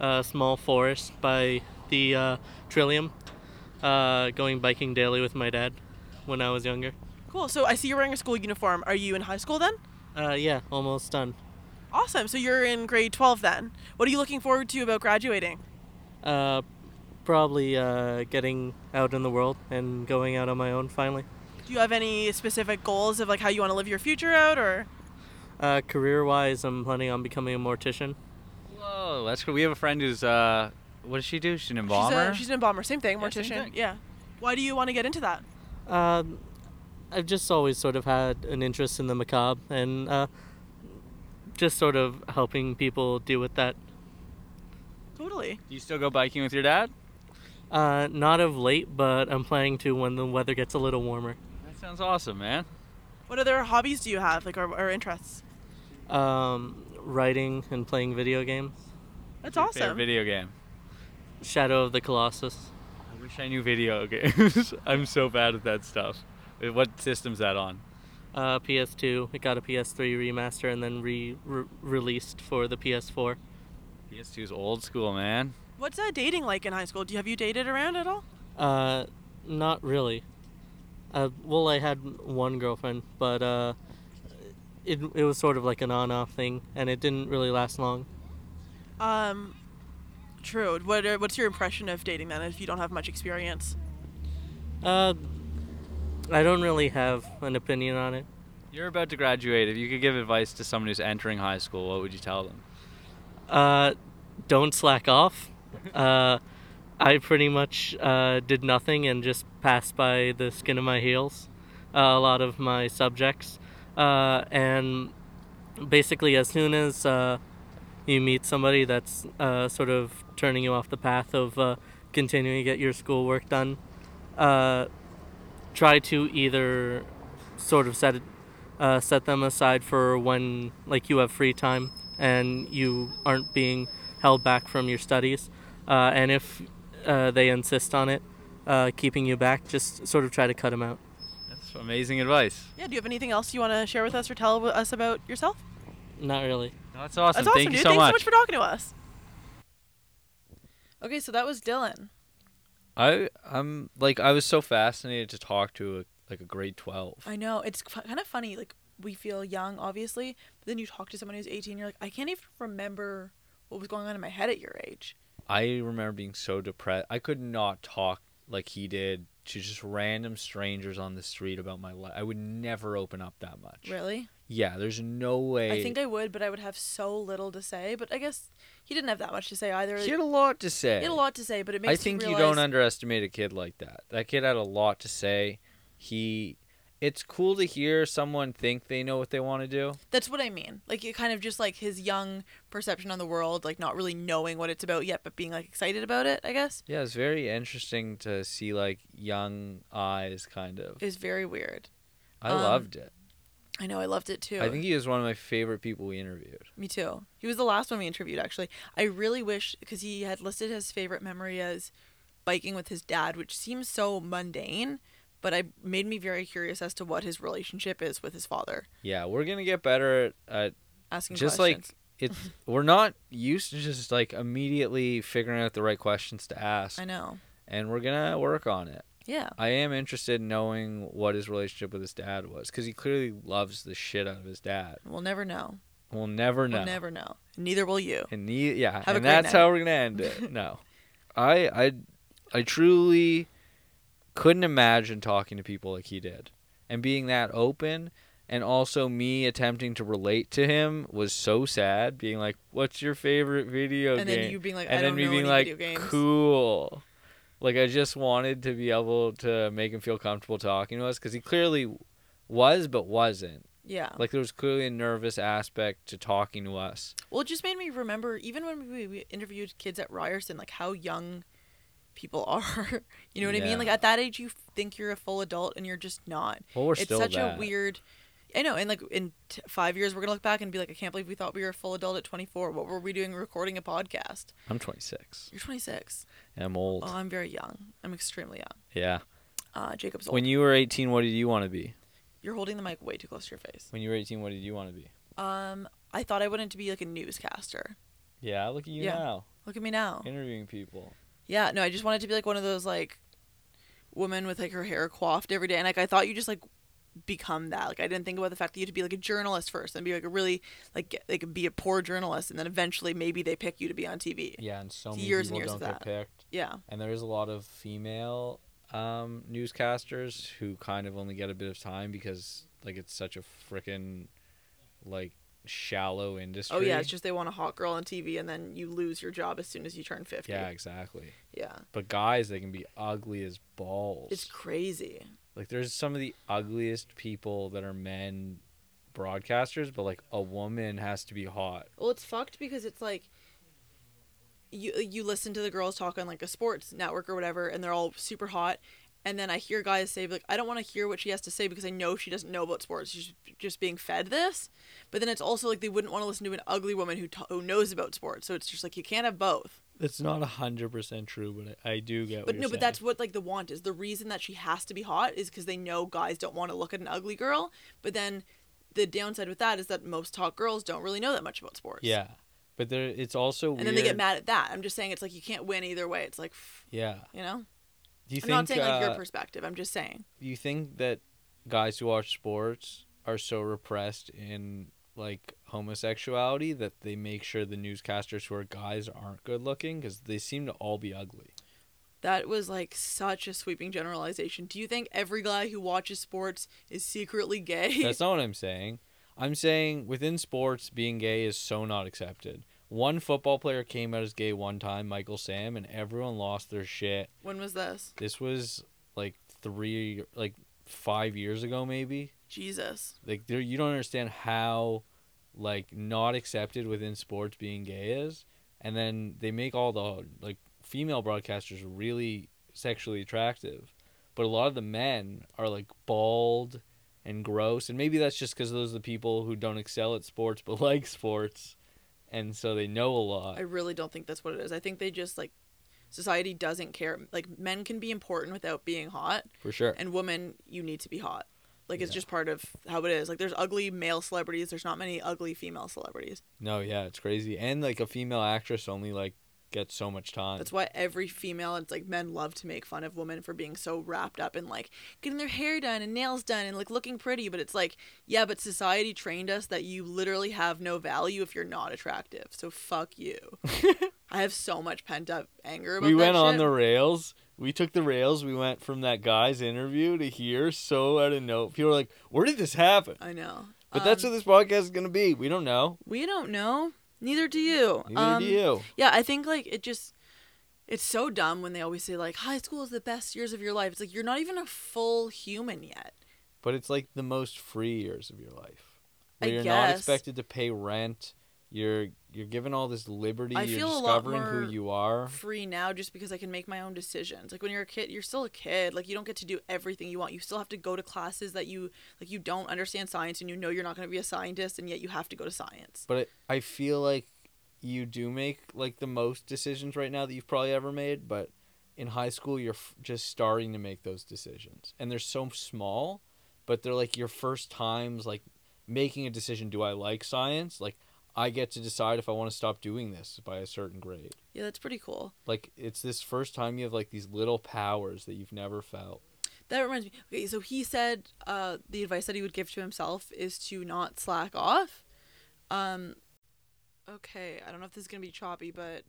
G: uh, small forest by the uh, Trillium. Uh, going biking daily with my dad when I was younger.
B: Cool. So I see you're wearing a school uniform. Are you in high school then?
G: Uh, yeah, almost done.
B: Awesome. So you're in grade 12 then. What are you looking forward to about graduating?
G: Uh, probably uh, getting out in the world and going out on my own finally.
B: Do you have any specific goals of like how you want to live your future out or
G: Uh, career wise, I'm planning on becoming a mortician.
A: Whoa, that's cool. We have a friend who's uh, what does she do? She's an
B: She's, a, she's an embalmer. Same thing,
A: Yeah,
B: mortician.
A: same thing.
B: Yeah. Why do you want to get into that?
G: Um, I've just always sort of had an interest in the macabre, and uh, just sort of helping people deal with that.
B: Totally.
A: Do you still go biking with your dad?
G: Uh, not of late, but I'm planning to when the weather gets a little warmer.
A: That sounds awesome, man.
B: What other hobbies do you have, like, or, or interests?
G: Um, writing and playing video games.
B: That's
A: Your favorite
B: awesome.
A: video game.
G: Shadow of the Colossus.
A: I wish I knew video games. I'm so bad at that stuff. Uh, What system's that on?
G: Uh, PS2. It got a PS3 remaster and then re- re- released for the PS4.
A: PS2's old school, man.
B: What's uh, dating like in high school? Do you have you dated around at all?
G: Uh, not really. Uh, well, I had one girlfriend, but uh, it it was sort of like an on-off thing, and it didn't really last long.
B: Um, true. What are, what's your impression of dating then, if you don't have much experience?
G: Uh, I don't really have an opinion on it.
A: You're about to graduate. If you could give advice to someone who's entering high school, what would you tell them?
G: Uh, don't slack off. Uh, I pretty much uh, did nothing and just passed by the skin of my heels uh, a lot of my subjects. Uh, and basically, as soon as uh, you meet somebody that's uh, sort of turning you off the path of uh, continuing to get your schoolwork done, uh, try to either sort of set it uh, set them aside for when like you have free time and you aren't being held back from your studies uh, and if uh, they insist on it uh, keeping you back just sort of try to cut them out
A: That's amazing advice.
B: Yeah. Do you have anything else you want to share with us or tell w- us about yourself?
G: not really
A: No, that's awesome.
B: That's awesome,
A: Thank
B: dude.
A: you so
B: Thanks so
A: much.
B: much for talking to us. Okay, so that was Dylan.
A: I I'm like I was so fascinated to talk to a, like a grade 12.
B: I know it's kind of funny. Like we feel young, obviously, but then you talk to someone who's 18, you're like, I can't even remember what was going on in my head at your age.
A: I remember being so depressed. I could not talk like he did to just random strangers on the street about my life. I would never open up that much.
B: Really?
A: Yeah, there's no way.
B: I think I would, but I would have so little to say. But I guess he didn't have that much to say either.
A: he had a lot to say.
B: He had a lot to say, but it makes
A: I think
B: you,
A: you
B: realize,
A: don't underestimate a kid like that. That kid had a lot to say. He it's cool to hear someone think they know what they want to do.
B: That's what I mean. Like it kind of just like his young perception on the world, like not really knowing what it's about yet, but being like excited about it. I guess
A: Yeah, it's very interesting to see like young eyes kind of.
B: is very weird.
A: I
B: um,
A: loved it.
B: I know. I loved it too.
A: I think he was one of my favorite people we interviewed.
B: Me too. He was the last one we interviewed, actually. I really wish because he had listed his favorite memory as biking with his dad, which seems so mundane, but I made me very curious as to what his relationship is with his father.
A: Yeah, we're gonna get better at, at
B: Asking
A: just
B: questions.
A: like it's we're not used to just like immediately figuring out the right questions to ask,
B: I know.
A: and we're gonna work on it.
B: Yeah.
A: I am interested in knowing what his relationship with his dad was, because he clearly loves the shit out of his dad.
B: We'll never know.
A: We'll never know.
B: We'll never know. Neither will you.
A: And ne- yeah,
B: Have a
A: and
B: great
A: that's
B: night.
A: how we're gonna end it. No, I I I truly couldn't imagine talking to people like he did and being that open. And also me attempting to relate to him was so sad. Being like, "What's your favorite video
B: And
A: game?"
B: then you being like,
A: and
B: I
A: then
B: don't
A: me
B: know
A: being
B: any
A: like,
B: video games.
A: "Cool." Like I just wanted to be able to make him feel comfortable talking to us because he clearly was, but wasn't.
B: Yeah.
A: Like there was clearly a nervous aspect to talking to us.
B: Well, it just made me remember, even when we, we interviewed kids at Ryerson, like how young people are. you know what I
A: Yeah.
B: mean? Like at that age, you f- think you're a full adult, and you're just not.
A: Well, we're
B: it's
A: still
B: such
A: that.
B: a weird. I know, and like in t- five years, we're gonna look back and be like, I can't believe we thought we were a full adult at 24. What were we doing recording a podcast?
A: I'm 26.
B: You're 26.
A: And I'm old.
B: Oh, I'm very young. I'm extremely young.
A: yeah.
B: Uh, Jacob's old.
A: When you were 18, what did you want to be?
B: you're holding the mic way too close to your face.
A: When you were 18, what did you want to be?
B: Um, I thought I wanted to be like a newscaster.
A: Yeah, look at you
B: Yeah.
A: now,
B: Look at me now.
A: interviewing people.
B: Yeah, no, I just wanted to be like one of those like women with like her hair coiffed every day, and like I thought you just like become that. Like I didn't think about the fact that you had to be like a journalist first, and be like a really like get- like be a poor journalist, and then eventually maybe they pick you to be on TV.
A: Yeah, and so
B: It's
A: many
B: years and
A: people
B: years
A: don't
B: of
A: get
B: that.
A: picked.
B: Yeah,
A: And there is a lot of female um, newscasters who kind of only get a bit of time because like it's such a freaking like shallow industry.
B: Oh yeah, it's just they want a hot girl on TV, and then you lose your job as soon as you turn fifty.
A: yeah, exactly.
B: yeah,
A: But guys, they can be ugly as balls.
B: it's crazy.
A: Like there's some of the ugliest people that are men broadcasters, but like a woman has to be hot.
B: Well, it's fucked because it's like you you listen to the girls talk on like a sports network or whatever, and they're all super hot. And then I hear guys say like, I don't want to hear what she has to say because I know she doesn't know about sports. She's just being fed this. But then it's also like they wouldn't want to listen to an ugly woman who t- who knows about sports. So it's just like you can't have both.
A: It's not hundred percent true, but I, I do get.
B: But no, but that's what like the want is. The reason that she has to be hot is because they know guys don't want to look at an ugly girl. But then the downside with that is that most hot girls don't really know that much about sports.
A: yeah. But there, it's also
B: And then they get mad at that. I'm just saying it's like you can't win either way. It's like, f-
A: Yeah.
B: you know?
A: Do you think
B: I'm not saying like
A: uh,
B: your perspective. I'm just saying.
A: you think that guys who watch sports are so repressed in like homosexuality that they make sure the newscasters who are guys aren't good looking because they seem to all be ugly.
B: That was like such a sweeping generalization. Do you think every guy who watches sports is secretly gay?
A: That's not what I'm saying. I'm saying within sports, being gay is so not accepted. One football player came out as gay one time, Michael Sam, and everyone lost their shit.
B: when was this?
A: This was like three, like five years ago, maybe.
B: Jesus.
A: like there you don't understand how like not accepted within sports being gay is and then they make all the like female broadcasters really sexually attractive but a lot of the men are like bald and gross and maybe that's just because those are the people who don't excel at sports but like sports and so they know a lot
B: I really don't think that's what it is. I think they just like society doesn't care. Like men can be important without being hot,
A: for sure
B: and women, you need to be hot. Like it's just part of how it is. Like there's ugly male celebrities, there's not many ugly female celebrities.
A: no yeah it's crazy and like a female actress only like gets so much time
B: That's why every female, it's like men love to make fun of women for being so wrapped up in like getting their hair done and nails done and like looking pretty. But it's like, yeah, but society trained us that you literally have no value if you're not attractive. So fuck you. I have so much pent up anger about
A: we
B: that
A: went on
B: shit.
A: the rails. We took the rails. We went from that guy's interview to here, so out of note. People are like, "Where did this happen?"
B: I know.
A: But that's
B: Um,
A: what this podcast is gonna be. We don't know.
B: we don't know. Neither do you.
A: Neither
B: um,
A: do you.
B: Yeah, I think like it just it's so dumb when they always say like high school is the best years of your life. It's like you're not even a full human yet.
A: But it's like the most free years of your life.
B: I
A: Where you're not
B: guess.
A: expected to pay rent. You're you're given all this liberty.
B: I
A: you're
B: feel a lot
A: discovering
B: more
A: who you are.
B: free now just because I can make my own decisions. Like when you're a kid, you're still a kid. Like you don't get to do everything you want. You still have to go to classes that you like you don't understand science and you know you're not going to be a scientist and yet you have to go to science.
A: But I, I feel like you do make like the most decisions right now that you've probably ever made. But in high school, you're f- just starting to make those decisions, and they're so small, but they're like your first times like making a decision. Do I like science? Like I get to decide if I want to stop doing this by a certain grade.
B: Yeah, that's pretty cool.
A: Like it's this first time you have like these little powers that you've never felt.
B: That reminds me. Okay, so he said uh the advice that he would give to himself is to not slack off. Um okay, I don't know if this is going to be choppy, but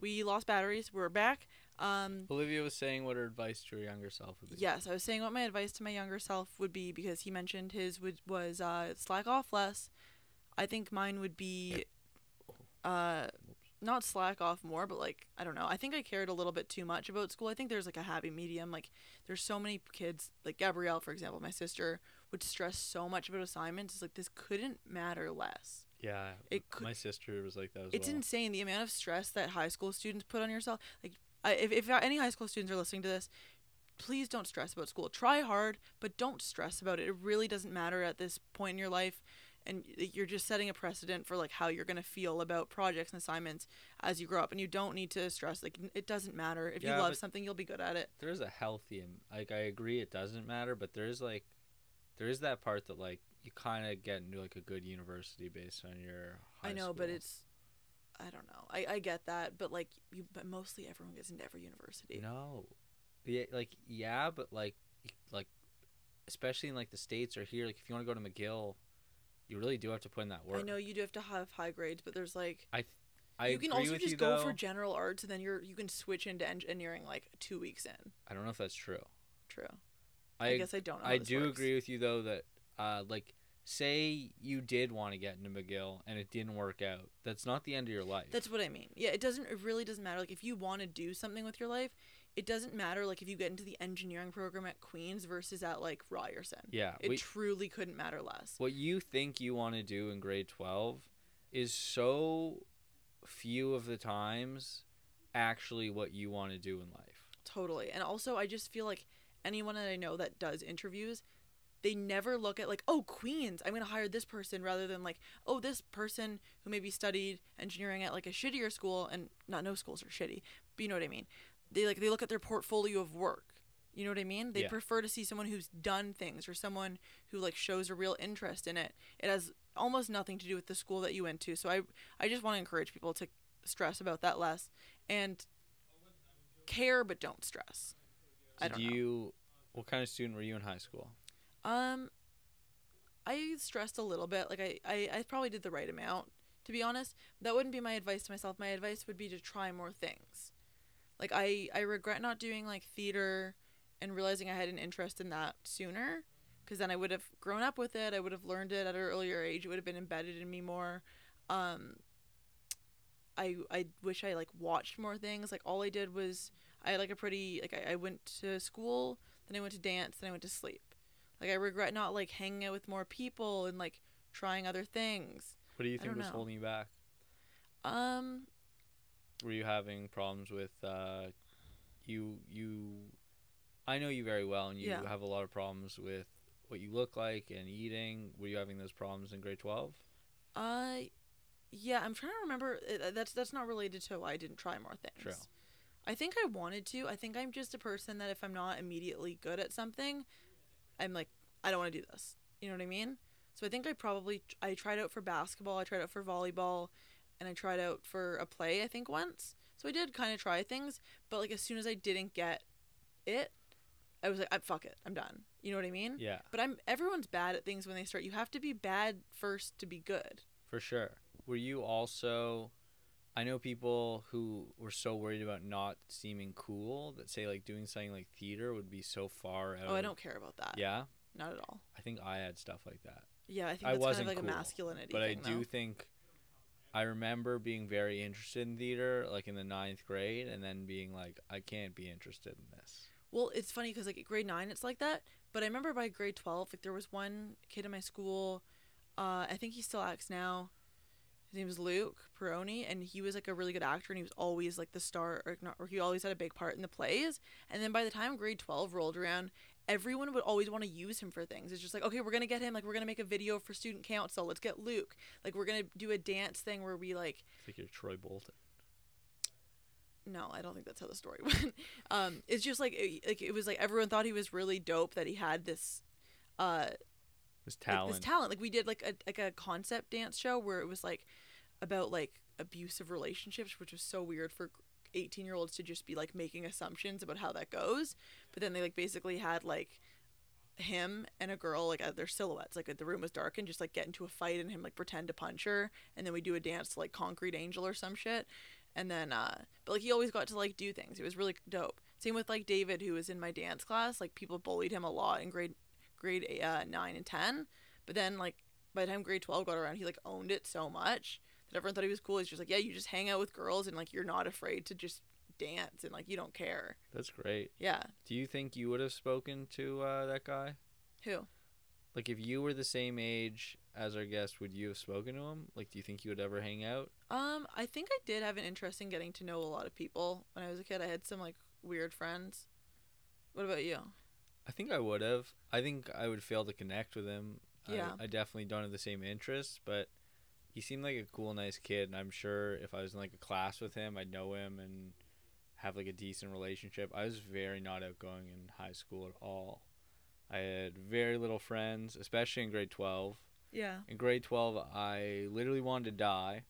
B: we lost batteries. We're back. Um
H: Olivia was saying what her advice to her younger self would be.
B: Yes, I was saying what my advice to my younger self would be because he mentioned his would, was uh, slack off less. I think mine would be uh, not slack off more, but like, I don't know. I think I cared a little bit too much about school. I think there's like a happy medium. Like, there's so many kids, like Gabrielle, for example, my sister, would stress so much about assignments. It's like, this couldn't matter less.
H: Yeah.
B: It could,
H: my sister was like that as
B: it's
H: well.
B: insane the amount of stress that high school students put on yourself like I, if, if any high school students are listening to this please don't stress about school try hard but don't stress about it it really doesn't matter at this point in your life and y- you're just setting a precedent for like how you're going to feel about projects and assignments as you grow up and you don't need to stress like n- it doesn't matter if
H: Yeah,
B: you love
H: but-
B: something you'll be good at it
H: there is a healthy and like I agree it doesn't matter, but there is like there is that part that like you kind of get into like a good university based on your. High
B: i know but
H: school.
B: it's i don't know i, I get that but like you but mostly everyone gets into every university
H: No. Yeah, like yeah, but like like especially in like the states or here like if you want to go to McGill, you really do have to put in that work.
B: i know you do have to have high grades but there's like
H: I th- I
B: you can
H: agree
B: also
H: with
B: just
H: you,
B: go
H: though.
B: for general arts and then you're you can switch into engineering like two weeks in.
H: I don't know if that's true.
B: True.
H: I
B: I, guess I don't know. how
H: I
B: this
H: do
B: works.
H: agree with you though that uh like say you did want to get into McGill and it didn't work out. That's not the end of your life.
B: That's what I mean. Yeah, it doesn't it really doesn't matter. Like if you want to do something with your life, it doesn't matter like if you get into the engineering program at Queens versus at like Ryerson.
A: Yeah,
B: It
A: we-
B: truly couldn't matter less.
A: what you think you want to do in grade 12 is so few of the times actually what you want to do in life.
B: Totally. And also, I just feel like anyone that I know that does interviews, they never look at like, oh, Queens, I'm going to hire this person rather than like, oh, this person who maybe studied engineering at like a shittier school and not no schools are shitty, but you know what I mean. They like they look at their portfolio of work. You know what I mean? They
A: Yeah.
B: prefer to see someone who's done things or someone who like shows a real interest in it. It has almost nothing to do with the school that you went to. So I I just want to encourage people to stress about that less and care but don't stress. I
A: Did
B: don't know.
A: you what kind of student were you in high school?
B: Um, I stressed a little bit. Like I, I, I probably did the right amount to be honest. That wouldn't be my advice to myself. My advice would be to try more things. Like I, I regret not doing like theater and realizing I had an interest in that sooner because then I would have grown up with it. I would have learned it at an earlier age. It would have been embedded in me more. Um, I, I wish I like watched more things. Like all I did was I had like a pretty like I, I went to school, then I went to dance, then I went to sleep. Like I regret not like hanging out with more people and like trying other things.
A: What do you
B: I
A: think
B: don't
A: was
B: know.
A: holding you back?
B: Um
A: Were you having problems with uh you you I know you very well and you
B: Yeah.
A: have a lot of problems with what you look like and eating. Were you having those problems in grade 12?
B: uh yeah, I'm trying to remember uh, that's that's not related to why I didn't try more things.
A: True.
B: I think I wanted to. I think I'm just a person that if I'm not immediately good at something, I'm like I don't want to do this. You know what I mean? So I think I probably I tried out for basketball, I tried out for volleyball, and I tried out for a play I think once. So I did kind of try things, but like as soon as I didn't get it, I was like, I, fuck it, I'm done. You know what I mean?
A: Yeah,
B: But I'm everyone's bad at things when they start. You have to be bad first to be good.
A: for sure. Were you also I know people who were so worried about not seeming cool that say like doing something like theater would be so far out.
B: Oh, I
A: of-
B: don't care about that.
A: Yeah,
B: Not at all.
A: I think I had stuff like that.
B: Yeah, I think
A: I
B: that's kind of
A: wasn't
B: like
A: cool,
B: a masculinity
A: but I
B: thing.
A: do
B: though.
A: think I remember being very interested in theater, like in the ninth grade, and then being like, I can't be interested in this.
B: Well, it's funny because like at grade nine, it's like that. But I remember by grade twelve, like there was one kid in my school. Uh, I think he still acts now. His name was Luke Peroni, and he was like a really good actor, and he was always like the star, or, not, or he always had a big part in the plays. And then by the time grade twelve rolled around, everyone would always want to use him for things. It's just like, okay, we're gonna get him. Like we're gonna make a video for student council. Let's get Luke. Like we're gonna do a dance thing where we like
A: It's like you're Troy Bolton.
B: no, I don't think that's how the story went. Um, it's just like it, like it was like everyone thought he was really dope that he had this uh
A: This
B: like,
A: talent.
B: this talent. Like we did like a like a concept dance show where it was like about like abusive relationships, which was so weird for 18 year olds to just be like making assumptions about how that goes. But then they like basically had like him and a girl like at their silhouettes like the room was dark and just like get into a fight and him like pretend to punch her and then we do a dance to like concrete angel or some shit and then uh but like he always got to like do things it was really dope same with like david who was in my dance class like people bullied him a lot in grade grade uh, 9 and 10 but then like by the time grade 12 got around he like owned it so much that everyone thought he was cool he's just like yeah you just hang out with girls and like you're not afraid to just dance and like you don't care
A: That's great.
B: yeah
A: Do you think you would have spoken to uh, that guy?
B: who
A: Like, if you were the same age as our guest, would you have spoken to him? Like, do you think you would ever hang out?
B: Um, I think I did have an interest in getting to know a lot of people when I was a kid. I had some like weird friends. What about you?
A: I think I would have. I think I would fail to connect with him. I-
B: Yeah.
A: I, definitely don't have the same interests, but he seemed like a cool, nice kid, and I'm sure if I was in like a class with him, I'd know him and have like a decent relationship. I was very not outgoing in high school at all. I had very little friends, especially in grade 12.
B: Yeah.
A: In grade 12, I literally wanted to die.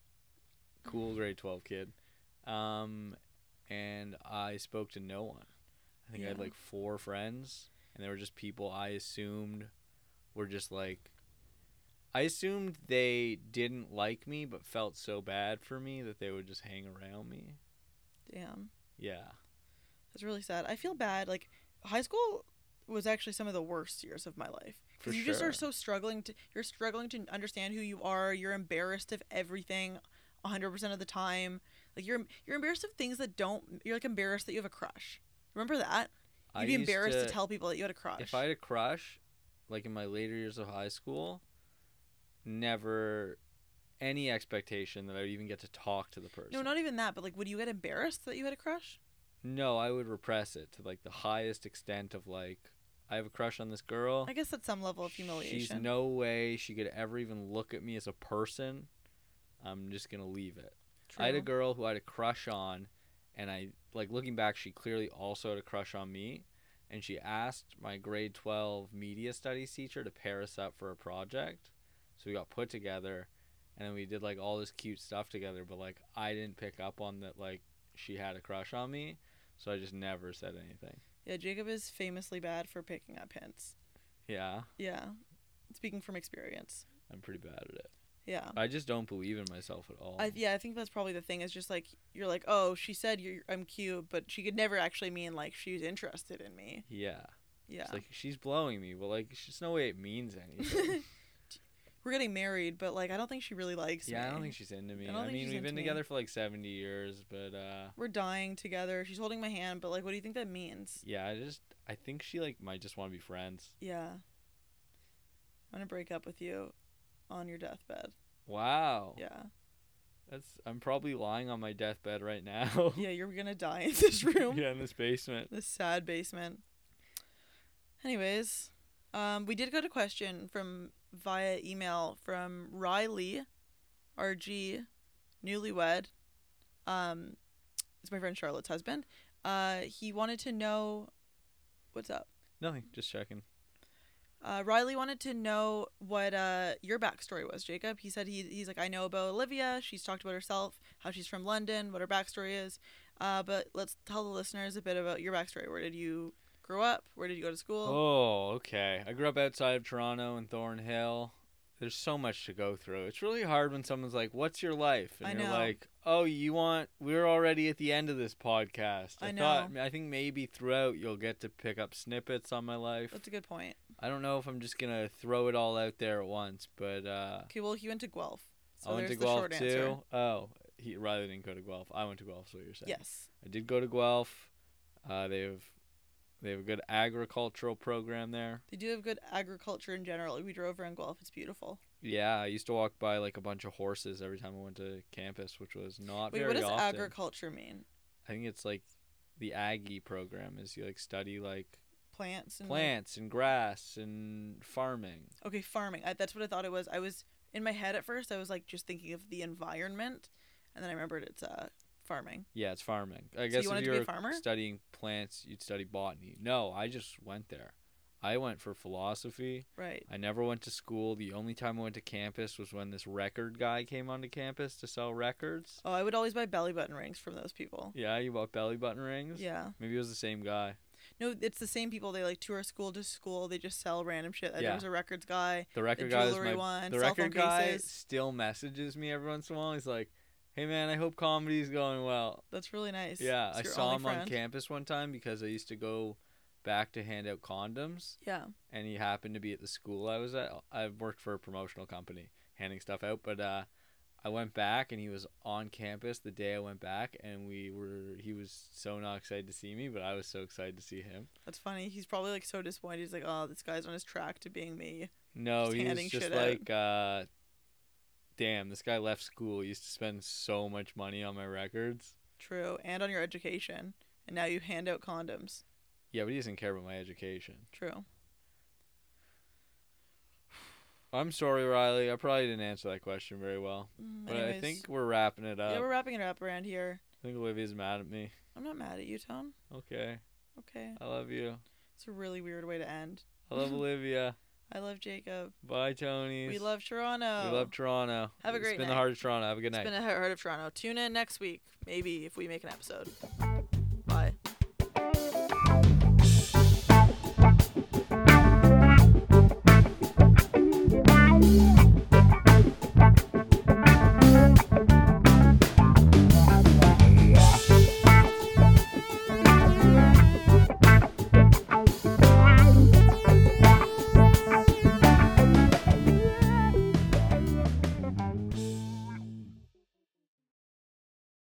B: Mm.
A: Cool grade 12 kid. Um, and I spoke to no one. I think I had
B: Yeah.
A: like four friends, and they were just people I assumed were just like. I assumed they didn't like me, but felt so bad for me that they would just hang around me.
B: Damn.
A: Yeah.
B: That's really sad. I feel bad. Like high school was actually some of the worst years of my life
A: For
B: because you just are
A: sure.
B: so struggling to you're struggling to understand who you are. You're embarrassed of everything, 100% of the time. Like you're you're embarrassed of things that don't. You're like embarrassed that you have a crush. Remember that? You'd
A: I
B: be
A: used
B: embarrassed to,
A: to-
B: tell people that you had a crush.
A: If I had a crush, like in my later years of high school, never any expectation that I would even get to talk to the person.
B: no, not even that, but like, would you get embarrassed that you had a crush?
A: No, I would repress it to like the highest extent of like I have a crush on this girl.
B: I guess that's some level of humiliation.
A: She's no way she could ever even look at me as a person. I'm just gonna leave it. I had a
B: True.
A: girl who I had a crush on, and I like looking back, she clearly also had a crush on me. And she asked my grade 12 media studies teacher to pair us up for a project. So we got put together, and then we did like all this cute stuff together. But like I didn't pick up on that like she had a crush on me, so I just never said anything.
B: Yeah, Jacob is famously bad for picking up hints.
A: Yeah,
B: Yeah, speaking from experience.
A: I'm pretty bad at it.
B: Yeah.
A: I just don't believe in myself at all.
B: I, yeah, I think that's probably the thing. Is just like you're like, oh, she said you're, I'm cute, but she could never actually mean like she's interested in me.
A: yeah.
B: Yeah,
A: It's like she's blowing me, but like there's no way it means anything.
B: we're getting married, but like I don't think she really likes me.
A: yeah, I don't think she's into me.
B: I don't
A: I,
B: think
A: mean,
B: she's
A: we've
B: into
A: been
B: me.
A: together for like 70 years, but uh
B: we're dying together. She's holding my hand, but like, what do you think that means?
A: yeah, I just I think she like might just want to be friends.
B: Yeah, I'm gonna break up with you on your deathbed.
A: Wow.
B: Yeah,
A: That's I'm probably lying on my deathbed right now.
B: yeah, you're gonna die in this room,
A: yeah, in this basement.
B: this sad basement. Anyways, um, we did get a question from via email from Riley, RG, newlywed. Um, it's my friend Charlotte's husband. Uh, he wanted to know, what's up?
A: Nothing, just checking.
B: Uh, Riley wanted to know what uh, your backstory was, Jacob. He said he, he's like, I know about Olivia. She's talked about herself, how she's from London, what her backstory is. Uh, but let's tell the listeners a bit about your backstory. Where did you grow up? Where did you go to school?
A: Oh, okay. I grew up outside of Toronto in Thornhill. There's so much to go through. It's really hard when someone's like, "What's your life?" and
B: I
A: you're
B: know.
A: like, "Oh, you want we're already at the end of this podcast."
B: I
A: thought I think maybe throughout you'll get to pick up snippets on my life.
B: That's a good point.
A: I don't know if I'm just going to throw it all out there at once, but uh
B: Okay, well, he went to Guelph. So
A: I went to
B: there's the
A: Guelph
B: short
A: too.
B: answer.
A: Oh, he Riley didn't go to Guelph. I went to Guelph, so you're saying.
B: Yes.
A: I did go to Guelph. Uh, they have they have a good agricultural program there.
B: They do have good agriculture in general. We drove around Guelph. It's beautiful.
A: Yeah, I used to walk by like a bunch of horses every time I went to campus, which was not
B: Wait,
A: Uh, very
B: what does
A: often.
B: agriculture mean?
A: I think it's like the Aggie program is you like study like
B: Plants and like-
A: plants and grass and farming.
B: Okay, farming. I, that's what I thought it was. I was in my head at first. I was like just thinking of the environment, and then I remembered it's uh farming.
A: Yeah, it's farming. I guess
B: wanted
A: if
B: to be
A: you
B: a
A: were
B: farmer?
A: studying plants, you'd study botany. No, I just went there. I went for philosophy.
B: Right.
A: I never went to school. The only time I went to campus was when this record guy came onto campus to sell records.
B: Oh, I would always buy belly button rings from those people.
A: Yeah, you bought belly button rings.
B: Yeah.
A: Maybe it was the same guy.
B: No, it's the same people. They like tour school to school. They just sell random shit. Like, There
A: Yeah.
B: was a records guy.
A: The record guy is
B: jewelry
A: my
B: one,
A: the
B: cell phone
A: record guy
B: cases.
A: still messages me every once in a while. He's like, "Hey man, I hope comedy's going well."
B: That's really nice.
A: yeah,
B: It's
A: I
B: your
A: saw
B: only
A: him on
B: friend.
A: campus one time because I used to go back to hand out condoms,
B: Yeah.
A: and he happened to be at the school I was at. I worked for a promotional company handing stuff out, but uh, I went back and he was on campus the day I went back, and we were. He was so not excited to see me, but I was so excited to see him.
B: That's funny. He's probably like so disappointed. He's like, oh, this guy's on his track to being me.
A: No,
B: Just
A: he was
B: handing
A: just
B: shit out.
A: like, uh, damn, this guy left school. He used to spend so much money on my records.
B: True. And on your education. And now you hand out condoms.
A: Yeah, but he doesn't care about my education.
B: True.
A: I'm sorry, Riley. I probably didn't answer that question very well.
B: Mm,
A: But I
B: anyways.
A: think uh, we're wrapping it up.
B: yeah, we're wrapping it up around here.
A: I think Olivia's mad at me.
B: I'm not mad at you, Tom.
A: Okay.
B: Okay.
A: I love you.
B: It's a really weird way to end.
A: I love Olivia.
B: I love Jacob.
A: Bye, Tony.
B: We love Toronto.
A: We love Toronto.
B: Have a
A: It's
B: great
A: been
B: night.
A: the heart of Toronto. Have a good
B: It's
A: night.
B: been a heart of Toronto. Tune in next week, maybe if we make an episode.